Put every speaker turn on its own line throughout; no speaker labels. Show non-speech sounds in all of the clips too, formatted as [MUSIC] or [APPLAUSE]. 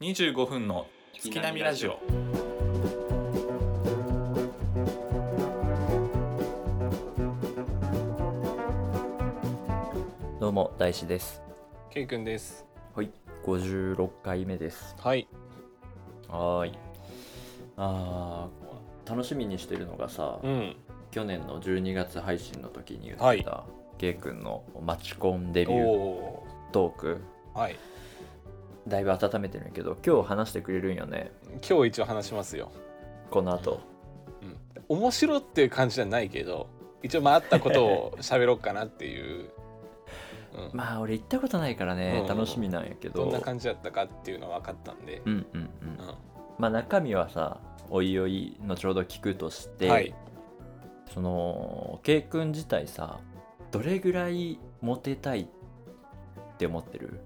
25分の月並みラジオ
どうも大志です。
ケイくんです。
はい、五十六回目です。
はい。
はーい。ああ、楽しみにしてるのがさ、
うん。
去年の12月配信の時に言ってた、ゲイくんのマチコンデビ
お
ュー
お
トーク、
ー。はい。
だいぶ温めてるんやけど、今日話してくれるんよね。
今日一応話しますよ。
この後。
うん。面白っていう感じじゃないけど、一応まああったことを喋ろうかなっていう。うん。
まあ、俺行ったことないから
うんうん
ね、
うん
楽しみなんやけど。
どんな感じだったかっていうのは分かったんで。
うんうんう。
うんん。
まあ、中身はさ、おいおい後ほど聞くとして、
はい。
そのケイ君自体さどれぐらいモテたいって思ってる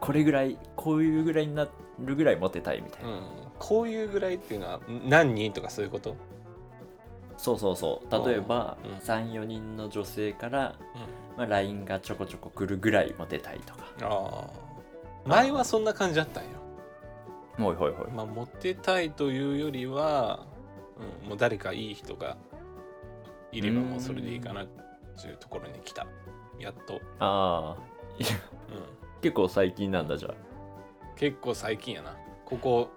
これぐらいこういうぐらいになるぐらいモテたいみたい
うん
な、
うん。こういうぐらいっていうのはん何人とかそういうこと？
そうそうそう例えば、
うん
34人の女性から、まあ、LINE がちょこちょこ来るぐらいモテたいとか
ああ。前はそんな感じだったんよ。
ほいほいほい
まあモテたいというよりは、うん、もう誰かいい人がいればもうそれでいいかなっていうところに来たやっと、
ああ
うん、
結構最近なんだじゃ
結構最近やなここ、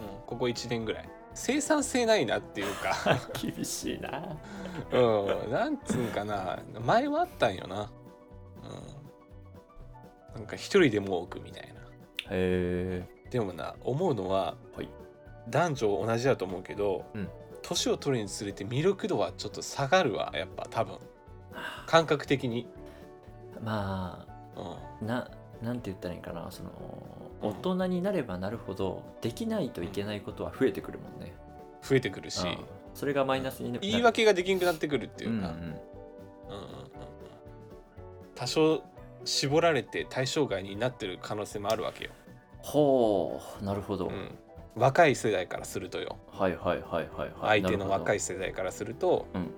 うん、ここ1年ぐらい生産性ないなっていうか、
あ厳しいな
うん、なんつうんかな前はあったんよな、うん、なんか一人でも多くみたいな
へえ
でもな思うのは、
はい
男女同じだと思うけど
うん
年、を取るにつれて魅力度はちょっと下がるわやっぱ多
[SIGHS]
分感覚的に、
まあ
うん、
ななんて言ったらいいんかなその
うん
大人になればなるほどできないといけないことは増えてくるもんね、
増えてくるし
うんそれがマイナスになる
言い訳ができなくなってくるってい
うん
う
う
か、
ん
うんうんうんうん多少絞られて対象外になってる可能性もあるわけよ、
ほうなるほど、
うん、若い世代からするとよ
はいはいはいはいはい
相手の若い
なる
世代からすると、
ほど
うん、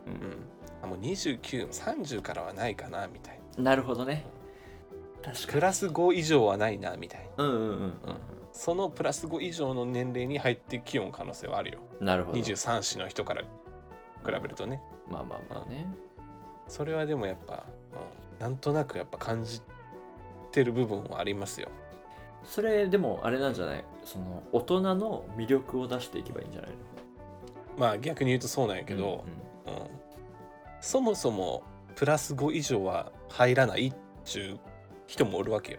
あもう2930からはないかなみたい
う
な
んうんなるほどね確
プラス5以上はないなみたいな。
うんうんうん
そのプラス5以上の年齢に入ってきよう可能性はあるよ
なるほど
23歳の人から比べるとね
まあまあまあね
それはでもやっぱ、うんなんとなくやっぱ感じてる部分はありますよ
それでもあれなんじゃないその大人の魅力を出していけばいいんじゃないの
まあ逆に言うとそうなんやけど
うん、うん
うんそもそもプラス5以上は入らないっちゅう人もおるわけよ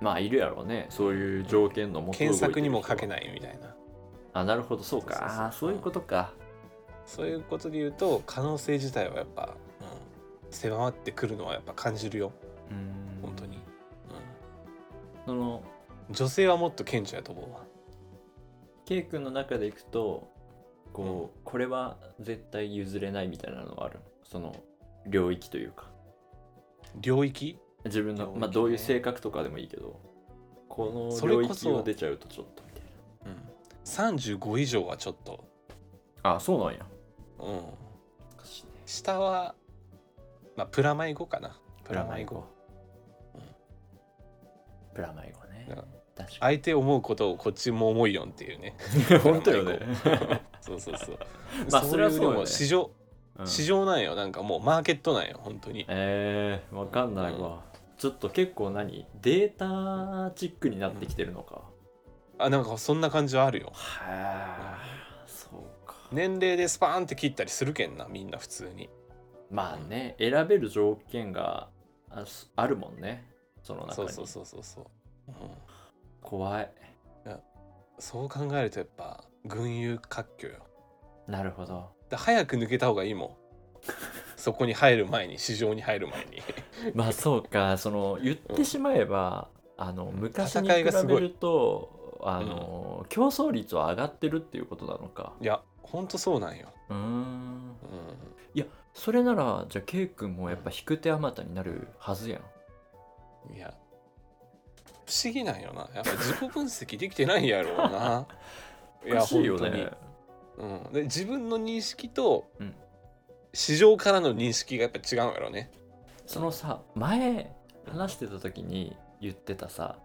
まあいるやろうねそういう条件のもと
検索にもかけ
い
ないみたいな
あなるほどそうか
そうそうそう
ああそういうことか
そういうことで言うと可能性自体はやっぱ、うん狭まってくるのはやっぱ感じるよ
うん
本当に、
その
うん、女性はもっと顕著やと思うわ
K 君の中でいくとこう、これは絶対譲れないみたいなのはあるその領域というか
領域
自分の、
領域ね
まあどういう性格とかでもいいけどこ
そ
の
れ
領
こそ
域を出ちゃうとちょっとみたい
うん、35以上はちょっと、
なあそうなんや
うん、下は、まあ、プラマイ5かなプラマイ5
プラマイ語ね
うん
確か
相手思うことをこっちも思いよんっていうね
に [LAUGHS] 本当よね
プラマイ5 [LAUGHS] そうそう [LAUGHS] そう
まあそれはそうよね
でも市場、
うん
市場なんよなんかもうマーケットなんよ本当に
えー、わかんないわ、ちょっと結構何データチックになってきてるのか、
あなんかそんな感じはあるよ
はあそうか
年齢でスパーンって切ったりするけんなみんな普通に
まあね、選べる条件があすあるもんね。その中に。
そうそうそうそうそう、うん、
怖い。
そう考えるとやっぱ群雄割拠よ
なるほど。
だ早く抜けた方がいいもん [LAUGHS] そこに入る前に市場に入る前に
まあそうか、その言っ
う
て
ん
しまえば、あの昔に
戦い
比
がす
べ
ごい
ると、あの、競争率は上がってるっていうことなのか。
いやほんとそうなんよ、
うーん。
う
それなら、じゃあ、ケイ君もやっぱ引く手あまたになるはずやん。
ん、いや不思議なんよなやっぱ自己分析できてないやろう
[LAUGHS]
ない
おかしいよ
ほんと
ね
に。うん、で自分の認識と、
うん
市場からの認識がやっぱ違うんやろうね
そのさ、前話してた時に言ってたさ、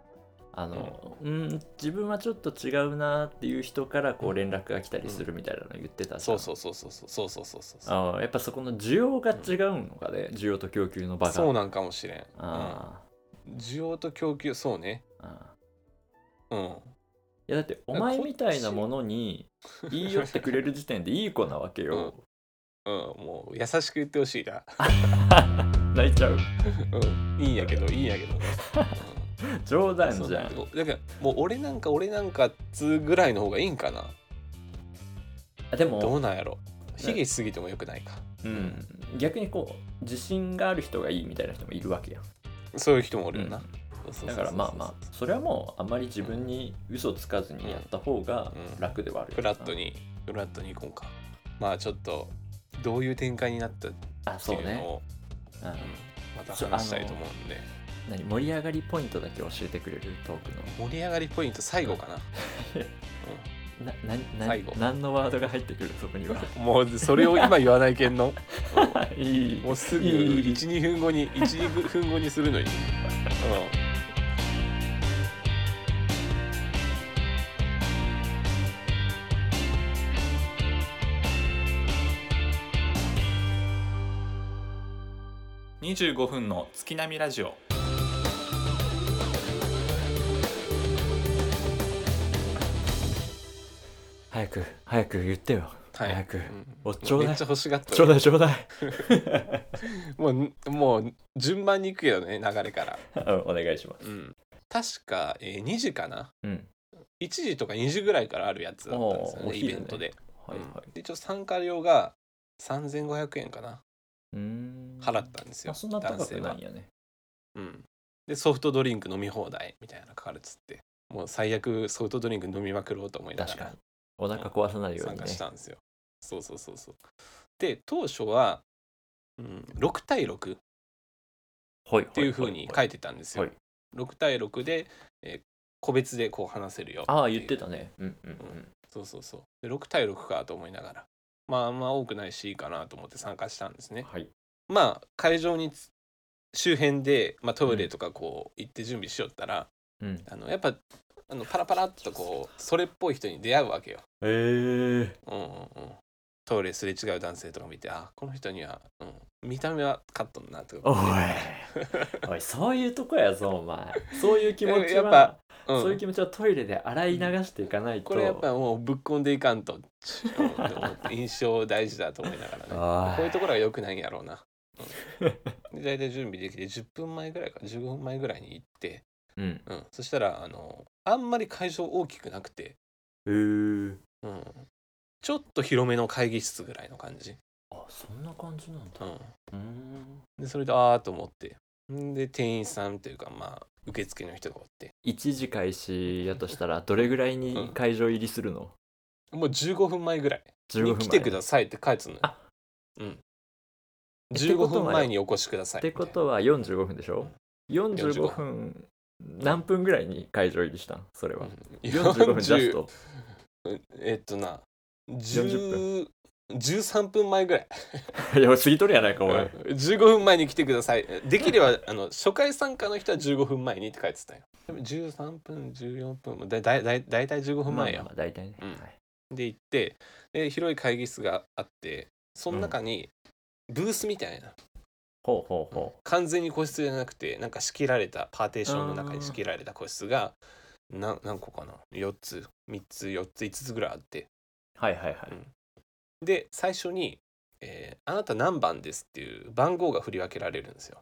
あの、うん、自分はちょっと違うなっていう人からこう連絡が来たりするみたいなの言ってたじゃ
そ
ん
うそうそうそうそうそうそうそうそう
ああやっぱそこの需要が違うのかね、需要と供給の場が
そうなんかもしれん、うん、
あ
需要と供給そうね
あああ
うん
いやだってお前みたいなものに言い寄ってくれる時点でいい子なわけよ、
うん、もう優しく言ってほしいな。
泣いちゃう
うん、いいんやけど、いいんや
[LAUGHS]
けど。
冗
う
談
んそう
じゃ
だ
ん
けどだから、もう俺なんか、俺なんかっつうぐらいの方がいいんかな。
あで
ど
も、
うなんやろ。卑下しすぎてもよくないか。
うん、逆にこう自信がある人がいいみたいな人もいるわけやん
そういう人もおるよな。そうそうそうそ
だ
う
からまあまあそれはもうあんまり自分に嘘つかずにやった方が
うん
楽ではあるよ
フ
な
ラットに、フラットに行こうか。まあちょっと、どういう展開になったって
あそ
いううの
ね、
を、
うん
うん、また話したいと思うんで。
何盛り上がりポイントだけ教えてくれるトークの
盛り上がりポイント最後かな。
ななな
最後
何のワードが入ってくるそこに
[LAUGHS]
は
うんもうそれを今言わないけん
[LAUGHS]
の。
いい
もうすぐ
いい
12分後に12分後に
[LAUGHS]
するのに、うん
25分の月並みラジオ
早く早く言ってよ、
はい
早く、
うん
おちょうだい
めっちゃ欲しがっ
[LAUGHS]
た
ちょうだいちょうだ
[LAUGHS]
い
もうもう順番にいくけどね流れから、
うんお願いします
うん、確か、えー2時かな
うん
1時とか2時ぐらいからあるやつだったんですよ
おーお
ねイ
昼ね
ベントで,うん、
はいはい
で一応参加料が3500円かな
うーん
払ったんですよ
あそんな高
男
く
性
な
はい
ん、やね
うん、でソフトドリンク飲み放題みたいなの書かれてってもう最悪ソフトドリンク飲みまくろうと思いなが
確
ら
かにお腹壊さないよう
参
にね
加したんですよ。そうそうそうそう。で当初は、うん、6対6っ
はいって
いうふうに書いてたんですよ。
はい
6対6で、えー個別でこう話せるよ
ああ言って
た。
たねうんうん
そうそうそう。で6対6かと思いながらまああんま多くないしいいかなと思って参加したんです
うん
ね。
はい
まあ会場につ周辺で、まあ、トイレとかこう行って準備しよったら、
うん
あのやっぱあのパラパラっとこうそれっぽい人に出会うわけよ。
え [LAUGHS] ー
うんうんうん、トイレすれ違う男性とか見てあこの人には、うん、見た目はカットんなとか
おい
思っ
おいそういうとこやぞお前そういう気持ち
やっ
は
ぱて、うん
そういう気持ちはトイレで洗い流していかないと
これやっぱもうぶっこんでいか
[LAUGHS]
んと、うんって思って印象大事だと思いながら
お
ね
い
こういうところは良くないんやろうな、うんで大体準備できて10分前ぐらいか15分前ぐらいに行って、
うん
うん、そしたらあのあんまり会場大きくなくて、
へー
うん、ちょっと広めの会議室ぐらいの感じ、
あそんな感じなんだ
うん、
うーん
でそれでああと思ってんで店員さんというかまあ受付の人がおって
1時開始やとしたらどれぐらいに会場入りするの
もう15分前ぐらい
15分
に
前
来てくださいって書いてたのよ
あ
うん
ってこ
15
とは
分前にお越しくださ
っ
い
てことは45分でしょ45
45
分何分ぐらいに会場入りしたんそれは
みたいなうん
45分ジャスト
40えっとな
40
10 13分前ぐらい
いや過ぎとるやないかお前
15分前に来てくださいできればあの初回参加の人は15分前にって書いてたよでも13分14分もだいだいだいだいたい15分前よ
まあまあ大体ね、
うん
はい
で行ってで広い会議室があってその中にブースみたいな、
ほうほうほ
完全に個室じゃなくてなんか仕切られたパーテーションの中に仕切られた個室がな何個かな4つ3つ4つ5つぐらいあって
うはいはいはい
で最初に、えーあなた何番です」っていう番号が振り分けられるんですよ。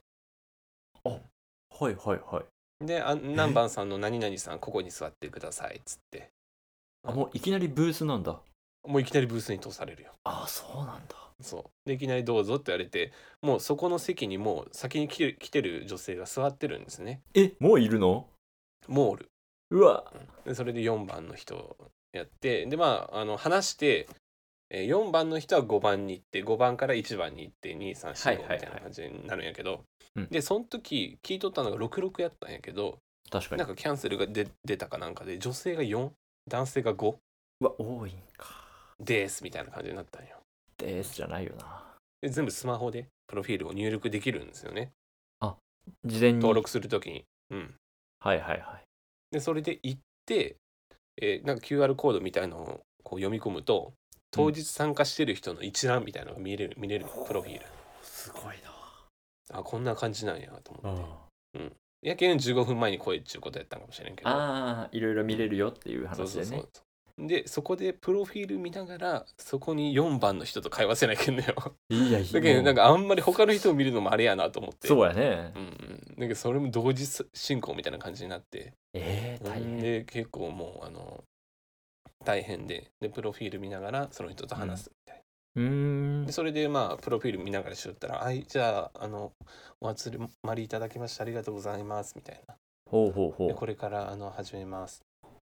はいはいはい
であ何番さんの何々さんここに座ってくださいっつって
あもういきなりブースなんだ
もういきなりブースに通されるよ。
あそうなんだ
そうでいきなり「どうぞ」って言われてもうそこの席にもう先に来てる来てる女性が座ってるんですね
えもういるの
モール
うわ
でそれで4番の人をやってでまああの話してえー4番の人は5番に行って5番から1番に行って
はいはい
2345
はい
みたいな感じになるんやけど、
うん
でその時聞いとったのが66やったんやけど
確かに
なんかキャンセルが出出たかなんかで女性が4男性が5
うわ多いんか
ですみたいな感じになったんよ
ですじゃないよな
で全部スマホでプロフィールを入力できるんですよね
事前に
登録する時にうん
はいはいはい
でそれで行って、えーなんか QR コードみたいのをこう読み込むと当日参加してる人の一覧みたいなのが見れる見れるプロフィール
すごい
あこんな感じなんやと思
な、
って、やけん15分前に来いっちゅうことやったんかもしれんけど
ああいろいろ見れるよっていう話でね
そうそうでそこでプロフィール見ながらそこに4番の人と会話せなきゃいけんのよ
いやい
だけどなんかあんまり他の人を見るのもあれやなと思って
そうやね、
うんうん、だけどそれも同時進行みたいな感じになって
えー、大変
で結構もうあの大変ででプロフィール見ながらその人と話すみたいな、
うーん
でそれでまあプロフィール見ながらしよったら「はいじゃああのお集まりいただきましてありがとうございます」みたいな
ほうほうほ
で
う
これからあの始めます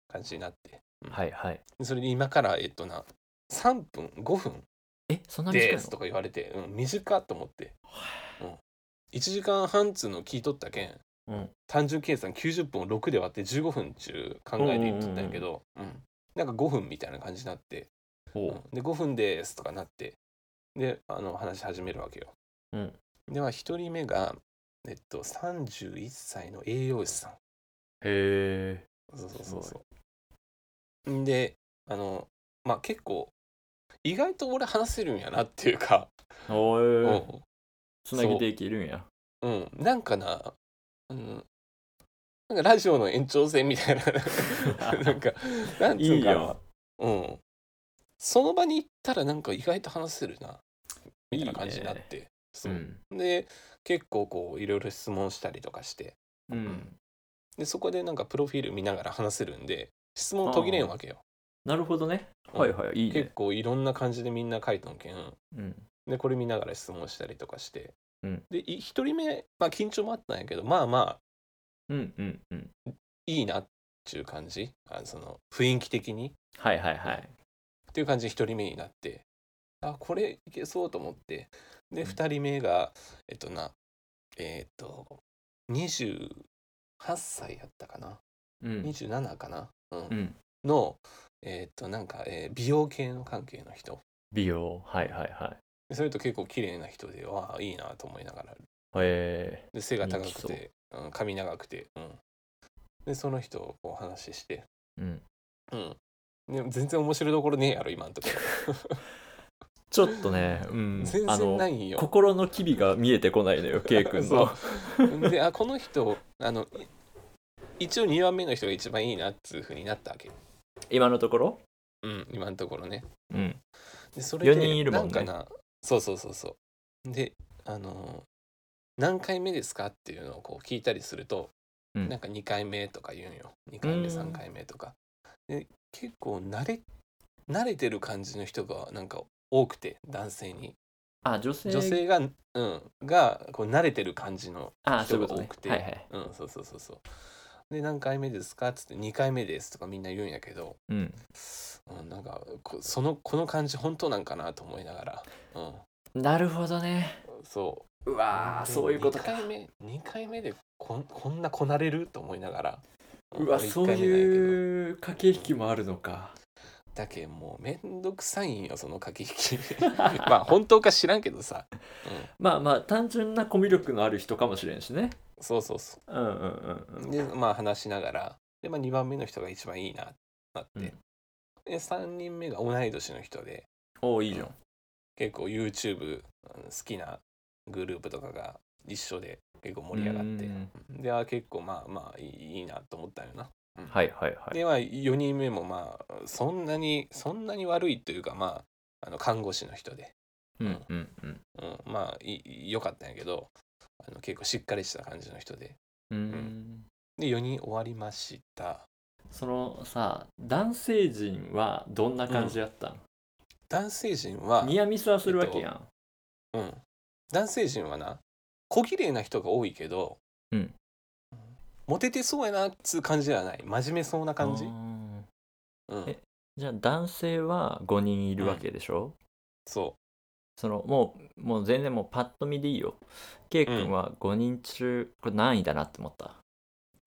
感じになって
はいはい
でそれで今からえっとな3分5分
えそんな短い
で
の
すとか言われて、うん、短っと思って、うん、1時間半っつうの聞いとったけん
うん
単純計算90分を6で割って15分中考えていっとったんやけど、うんなんか5分みたいな感じになって「うん
ほ
で5分です」とかなってであの話し始めるわけよ。
ううん
では1人目が、えっと、31歳の栄養士さん。
へえ
そうそうそうそう。んであのまあ結構意外と俺話せるんやなっていうか、
お
う
ー
ん
つなげていけるんや
うん、なんかな、うん、なんかラジオの延長線み
[LAUGHS]
たいななんかなんつ
いうい
んかな
よ
うん、その場に行ったらなんか意外と話せるなみたいな感じになってそうう、
ん
で結構こういろいろ質問したりとかして
うん
でそこでなんかプロフィール見ながら話せるんで質問途切れんわけよ
なるほどね
うん
はいはいいい
結
ね
構いろんな感じでみんな書いとんけん
うん
でこれ見ながら質問したりとかして、
うん
でい一人目、まあ、緊張もあったんやけどまあまあ
うんうんうん
いいなっていう感じあのその雰囲気的に
はいはいはい
っていう感じで1人目になってあこれいけそうと思ってで2人目がえっとなえーっと28歳やったかな
うん
27かな、うん
うん
のえーっとなんか、えー美容系の関係の人
美容はいはいはい
でそれと結構綺麗な人でわあいいなと思いながら
へえ
で背が高
人気
く
そう
て、うん、髪長くて、うん、でその人をこう話して
うん
うん。でも全然面白いところねえやろ、今んとこ
ちょっとねうん
全
あ
然な
の
いよ。
心の機微が見えてこないのよ K
[LAUGHS]
君の
で、あ、この人、あの、い一応2番目の人が一番いいなっつうふうになったわけ。
今のところ
うん、今のところね。
うん
で、それで、
四人いるもんね
なんかな、そうそうそうそう。で、あのー何回目ですかっていうのをこう聞いたりすると、
うん
なんか2回目とか言うんよ。2回
う
目、
ん
3回目とか。で、結構慣れ、慣れてる感じの人がなんか多くて、男性に。
あ女性
女性が、うん、がこう慣れてる感じの、
あそうい
人
う
が
ことね
多くて
はいはい
うん、そうそうそうそう。で、何回目ですかっつって、2回目ですとかみんな言うんやけど、
うん
うん、なんかこ、その、この感じ本当なんかなと思いながら、うん、
なるほどね
そうう。
わーそういうことか
2回目、2回目でこんこんなこなれると思いながら、
うわそう
う。
いう駆け引きもあるのか
だけんもうめんどくさいんよ、その駆け引き。 [LAUGHS] まあ、本当か知らんけどさ、う
まあまあ単純なコミュ力のある人かもしれんしね
ん、そうそうそう。
うんうんうんうん
でまあ話しながらで、まあ、2番目の人が一番いいなってなって、で3人目が同い年の人で
おおいいじゃん
結構 YouTube あの好きなグループとかが一緒で結構盛り上がって
うん
であ結構まあまあいいいいなと思ったよな。
はいはいはい
では4人目もまあそんなにそんなに悪いというかまああの看護師の人で、
うんうんうん
うん、まあいい良かったんやけどあの結構しっかりした感じの人で
う
うんで4人終わりました。
そのさ男性陣はどんな感じやったん、
男性陣は
ニアミスはするわけやん、
うん、男性陣はな小綺麗な人が多いけど、
うん
モテてそうやなっつう感じではない真面目そうな感じ
あ、ー
うん
え、じゃあ男性は5人いるわけでしょ、
そ
そのもうもう全然もうパッと見でいいよ K 君は5人中これ何位だなって思った、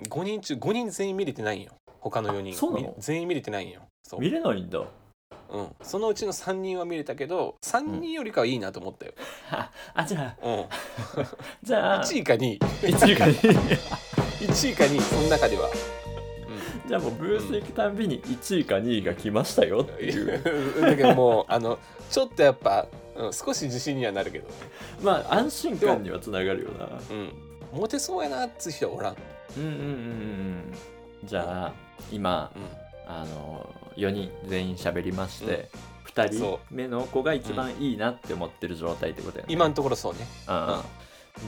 う5人中5人全員見れてないんよ他の4人
あそうなの
み全員見れてないんよそう、
れないんだ
うん、そのうちの3人は見れたけど3人よりかはいいなと思ったよ、
あ [LAUGHS] あじゃあ
うん
じゃあ
1位か2位
一位か [LAUGHS]
1位か2位その中では、うん
じゃあもうブース行くたんびに1位か2位が来ましたよっていう
だけどもうあのちょっとやっぱ、うん、少し自信にはなるけど、
まあ安心感にはつながるよな
うん、モテそうやなっつう人はおらん、
うんうんうんうんうんじゃあ今あの4人全員喋りまして、2人
そ
目の子が一番いいなって思ってる状態ってことやね
今のところそうね、
ああ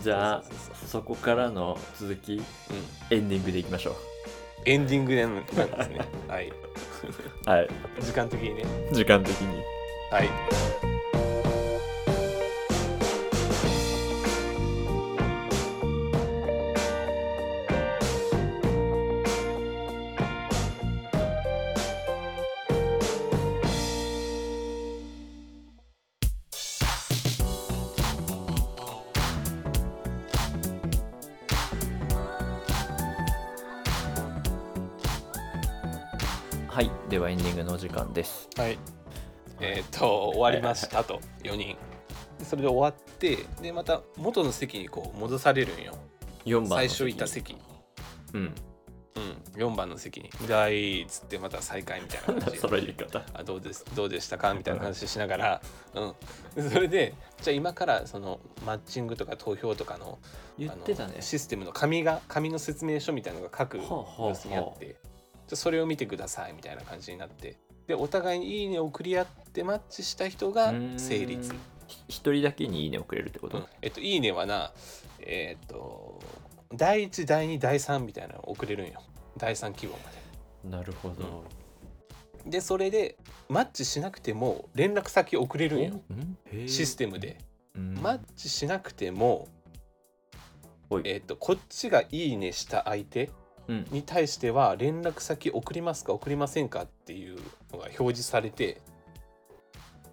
じゃあ
そうそうそう
そこからの続き
うん、
エンディングでいきましょ
エンディングでなんですねはい
うはい
時間的にね
時間的に
はい
はいではエンディングのお時間です
はいえっ、と終わりましたと4人それで終わってでまた元の席にこう戻されるんよ
4番の
最初いた席
うん
うん、4番の席に「うだい」っつってまた再開みたいな感じ
[LAUGHS] その言い方
あどうですどうでしたかみたいな話しながら、うん、それでじゃあ今からそのマッチングとか投票とかの
言ってた
あ
ね
のシステムの紙が紙の説明書みたいなのが書くブ
はあはあはあ
ースにあって、じゃあそれを見てくださいみたいな感じになってでお互いに「いいね」を送り合ってマッチした人が成立
うーん。ひ一人だけにいいねをくれるってこ
う
と、
んえっと「いいね」はなえっと第1第2第3みたいなのを送れるんよ第3希望まで。
なるほど、
でそれでマッチしなくても連絡先送れるんよ
うんへえ
システムで、
うん
マッチしなくても
ほい
えっとこっちが「いいね」した相手
うん
に対しては連絡先送りますか送りませんかっていうのが表示されて、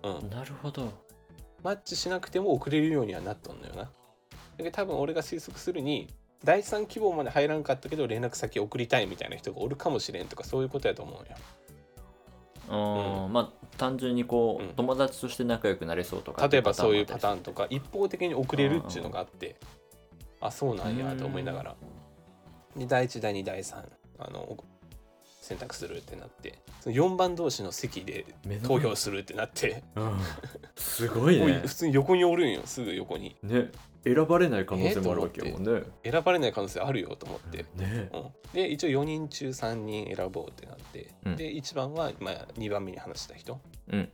うん、
なるほど
マッチしなくても送れるようにはなっとんのよなだけど多分俺が推測するに第3希望まで入らんかったけど連絡先送りたいみたいな人がおるかもしれんとかそういうことやと思うよ
うんまあ単純にこう、
うん
友達として仲良くなれそうとか
例えばそういうパタ
ン
ーンとか一方的に送れるっていうのがあってあそうなんやと思いながらで第1第2第3あのお選択するってなってその4番同士の席で
目の
投
前
票するってなって
うんすごい
もう
ね
普通に横におるんよすぐ横に
ね選ばれない可能性もあるわけやもんね、
選ばれない可能性あるよと思って、
ね
うん、で一応4人中3人選ぼうってなって、
うん
で1番は、まあ、2番目に話した人、
うんうん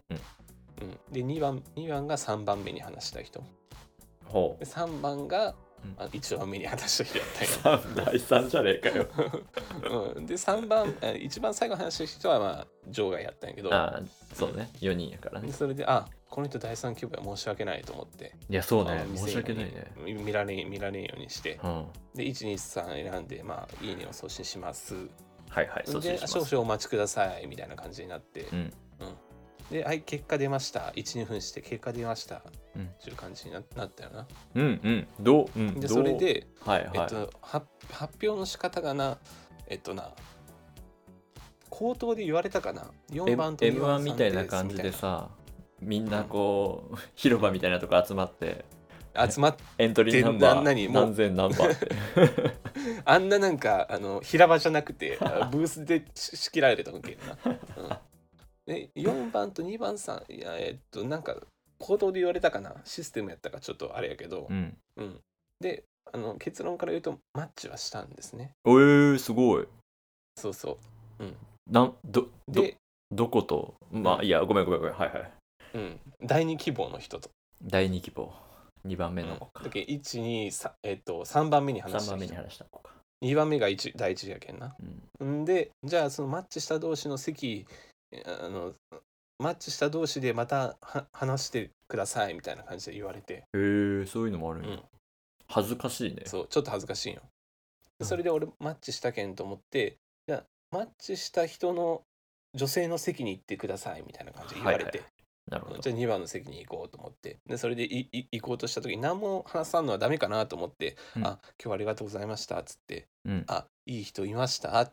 うん、で2番2番が3番目に話した人
ほ
[LAUGHS] で3番が
うん
あ1番目に話した人やったんよ
う第三じゃねえかよ
うん、で3番あ一番最後の話した人はまあ場外やったんやけど
ああそうね4人やからね
でそれであこの人第3規模は申し訳ないと思って
いやそう
あ
ね
の店
申し訳ないね
に見られん見られんようにして
うんは
で123選んでまあいいねを送信します
いはいそうし
で
ま
少
す
々お待ちくださいみたいな感じになって、
うん
ではい結果出ました12分して結果出ました、
うん
っていう感じにななったよな
うんうんどううん
で
どう
それで
はいはい、
えっと、は発表の仕方がなえっとな口頭で言われたかな4
M-
番と
M1 みたいな感じでさみんなこう、 [LAUGHS] 広場みたいなとこ集まって
集まっ
エントリーナン
で
バ
な何
ー
もう
何千何番って
[LAUGHS] あんななんかあの平場じゃなくて
[LAUGHS]
あブースでし仕切られてたわけやな、うん、で4番と2番さんいやえっとなんか口頭で言われたかなシステムやったかちょっとあれやけど
う、ん
うん、であの結論から言うとマッチはしたんですね
えー、すごい
そうそ
なんど
う
ど
で、
どことま
う
あ
ん
いやごめんごめんごめんはいはい
うん、第二希望の人と
第2希望2番目
う
の
ん
子か、
だけ一二さえっと3番目に話
3
した
番目に
人
話した子か、
2番目が一第一やけんな
うん、
んでじゃあそのマッチした同士の席えあのマッチした同士でまたは話してくださいみたいな感じで言われて、
へえー、そういうのもある
うんん
や、恥ずかしいね
そうちょっと恥ずかしいんよ
うん
それで俺マッチしたけんと思ってじゃあマッチした人の女性の席に行ってくださいみたいな感じで言われて、
はいはなるほど
じゃあ2番の席に行こうと思ってでそれでいい行こうとした時に何も話さんのはダメかなと思って「
うん
あ今日はありがとうございました」っつって
うん
「あいい人いました」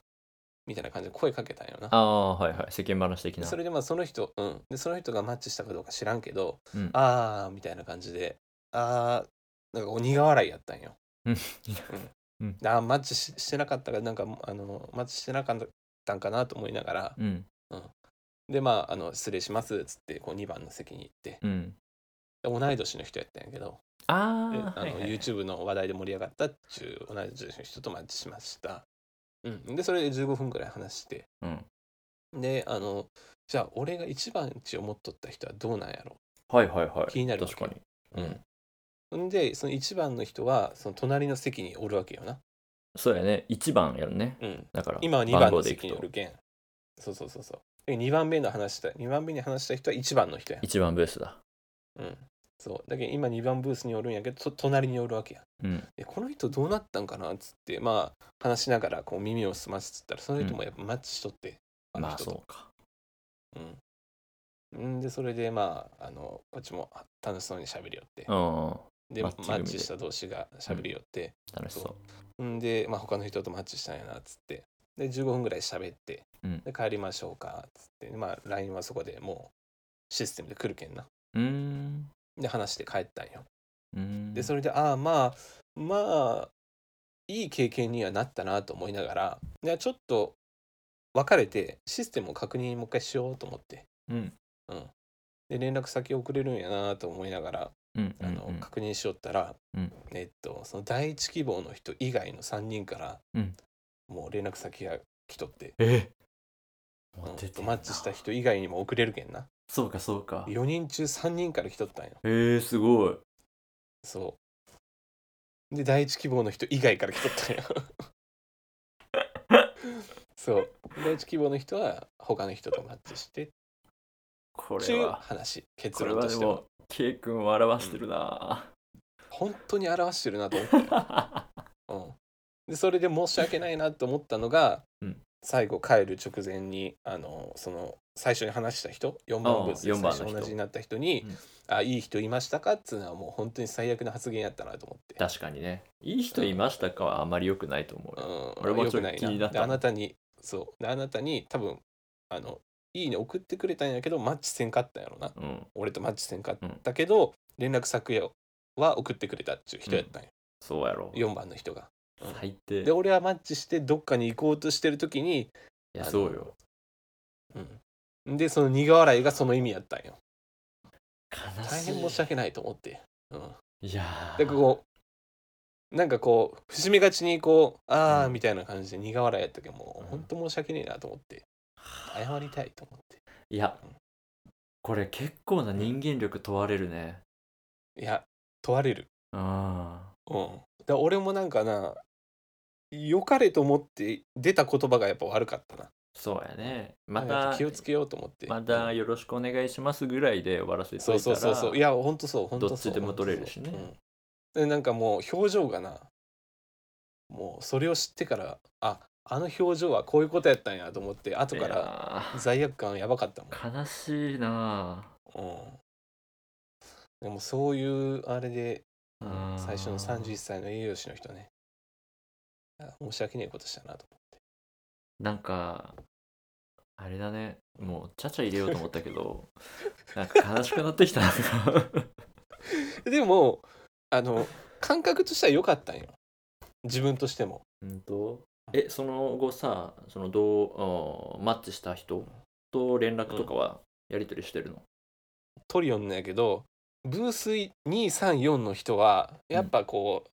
みたいな感じで声かけたんよな
あ。あはいはい世間話的
で
な
それでまあその人、うん、でその人がマッチしたかどうか知らんけど
うん
「あー」みたいな感じで「あー」なんかお苦笑いやったんよ。
うん
であーマッチししてなかったからなんかあのマッチしてなかったたんかなと思いながら、
うん
でまああの失礼しますっつってこう2番の席に行って
うん
で同い年の人やったんやけどで
あ
あ
あ、
の
はいはいはい
YouTube の話題で盛り上がったっちゅう同い年の人とマッチしました、うん、でそれで15分くらい話して
うん
であのじゃあ俺が一番地を持っとった人はどうなんやろ
はいはいはい
気になるわけ
確かに
う、ん、んでその一番の人はその隣の席におるわけよな、
そうやね1番やるね
うん、
だから
今は2番の
でい
席
く
にお
と
るけんそうそうそうそうで2番目の話した2番目に話した人は1番の人やん、
1番ブースだ
うん、そうだけど今2番ブースにおるんやけどと隣におるわけやん
うん
えこの人どうなったんかなっつってまあ話しながらこう耳を澄ませてたらその人もやっぱマッチしとって、の
まあ
人と
そうか
うん、んでそれでまああのこっちもあ楽しそうに喋りよって
うん
で
マッ
マ
チ組で
ッチした同士が喋りよって、
楽しそ
んで、まあ、他の人とマッチしたんやなっつってで15分ぐらい喋って
うん
で帰りましょうかっつって、まあ、LINE はそこでもうシステムで来るけんな
ううーん
で話して帰ったんよ
うーん
でそれでああまあまあいい経験にはなったなと思いながらでちょっと別れてシステムを確認もう一回しようと思って、
うん
うん、で連絡先送れるんやなと思いながら
うんうん
あの、確認しよったら、
うん
えっとその第一希望の人以外の3人から、
うん
もう連絡先が来とって、
え
うん
モテてんな
マッチした人以外にも送れるけんな
そうかそうか
4人中3人から来とったんよ
えー、すごい
そう。で、第一希望の人以外から来とっ
[LAUGHS]
たよ。そう。第一希望の人は他の人とマッチしてっ
こ
て
れ
いう
は
話、結
これ
論
は
と
で
しては
も。K 君を表してるな、
本当に表してるなと
[LAUGHS]
思って。うん、で、それで申し訳ないなと思ったのが、
うん
最後帰る直前に、あの、その、最初に話した人、4
ああ
番ブースで
四番
最
の人
初同じになった人に、
うん
あ、いい人いましたかっつうのはもう本当に最悪な発言やったなと思って。
確かにねいい人いましたかはあまり良くないと思うよ、
うん、
俺もちょっと
良くない
気になった
であなたにそうであなたに多分あのいいね送ってくれたんやけどマッチせんかったんやろな
うん
俺とマッチせんかったけど、連絡先は送ってくれたっちゅう人やったんや、
そうやろ
4番の人がうん
最低
で俺はマッチしてどっかに行こうとしてる時に、
いやそうよ
うん、でその苦笑いがその意味やったんよ
悲
大
しい
変申し訳ないと思って、うん、
いや
なんかこうなんかこう節目がちにこうああ
うん
みたいな感じで苦笑いやったけども
うん
う本当申し訳ねえなと思って謝りたいと思って
いやこれ結構な人間力問われるね
いや問われる
うん
うんだ俺もなんかな良かれと思って出た言葉がやっぱ悪かったな
そうやねま
やったぱ気をつけようと思って
また
うん
よろしくお願いしますぐらいで終わらせていた
そ
ら
うそうそうそういや本当そう本当そ
ど
う
っちでも取れるしね
ほんとそううん、でなんかもう表情がなもうそれを知ってからああの表情はこういうことやったんやと思って後か
い
ら
や
罪悪感やばかったもん
ー悲しいな
うん、でもそういうあれで、
あうん
最初の31歳の栄養士の人ねあ申し訳ねえことしたなと
なんかあれだねもうちゃちゃ入れようと思ったけど
[LAUGHS]
なんか悲しくなってきた
でもあ
[LAUGHS]
の感覚としては良かったんよ自分としても
うんとえその後さそのどううんマッチした人と連絡とかはやり取りしてるの、
トリオンなんやけどブース234の人はやっぱこう、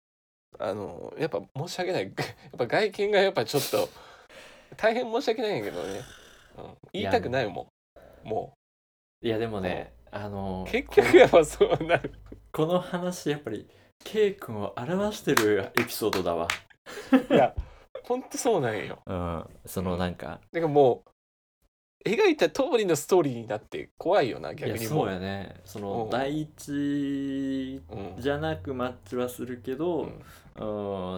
あのやっぱ申し訳ない [LAUGHS] やっぱ外見がやっぱちょっと大変申し訳ないんやけどね、うん、言いたくないもんも
いやでもねあの
う結局やっぱそうなる
この [LAUGHS] 話やっぱり K 君を表してるエピソードだわ
いや、ほんとそうなんよ。
うんそのなんか
だからもう、描いた通りのストーリーになって怖いよな、
いや
逆に
そ
も
う
う。
やねその
うん
第一
うん
じゃなくマッチはするけど、
うん
う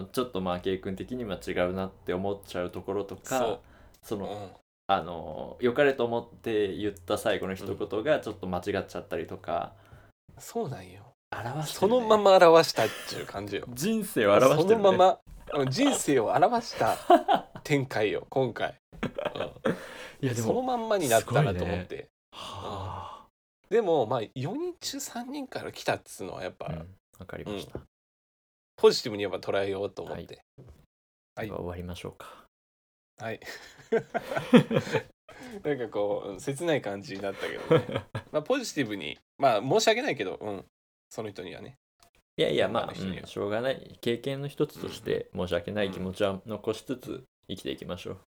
んちょっとまあ K 君的には違うなって思っちゃうところと
そう
かそ
うん
のあの良かれと思って言った最後の一言がちょっと間違っちゃったりとか、
そうなんよ。
表して
そ
るね。
のまま表したっていう感じよ
人生を表してる、ね、
そのままうん人生を表した展開よ、 [LAUGHS] 今回。うん
いやで
その
も
まんまになったなと思っ
すご
て。
はあ
でも、まあ、4人中3人から来たっつうのは、やっ
う
ぱ、
んわかりました、
ポジティブにやっぱ捉えようと思って。はい
では終わりましょうか
はい。 [LAUGHS] なんかこううん切ない感じになったけどね。
[LAUGHS]
まあポジティブにまあ申し訳ないけど、うん、その人にはね。
いやいやまあ、
今の日には
うんしょうがない経験の一つとして申し訳ない気持ちは残しつつ生きていきましょう、も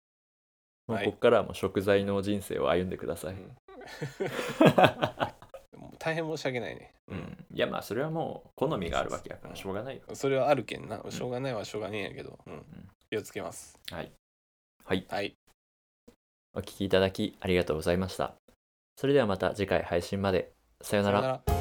う
はい
ここからはもう食材の人生を歩んでください、
もう大変申し訳ないね。
[LAUGHS] う。ん、いやまあそれはもう好みがあるわけやからしょうがないよ
それはあるけんな。しょうがないはしょうがねえんやけど、うん
ん。
気をつけます。
はいはい
はい。
お聞きいただきありがとうございましたそれではまた次回配信までさよう
さ
な
よ
ら
なら。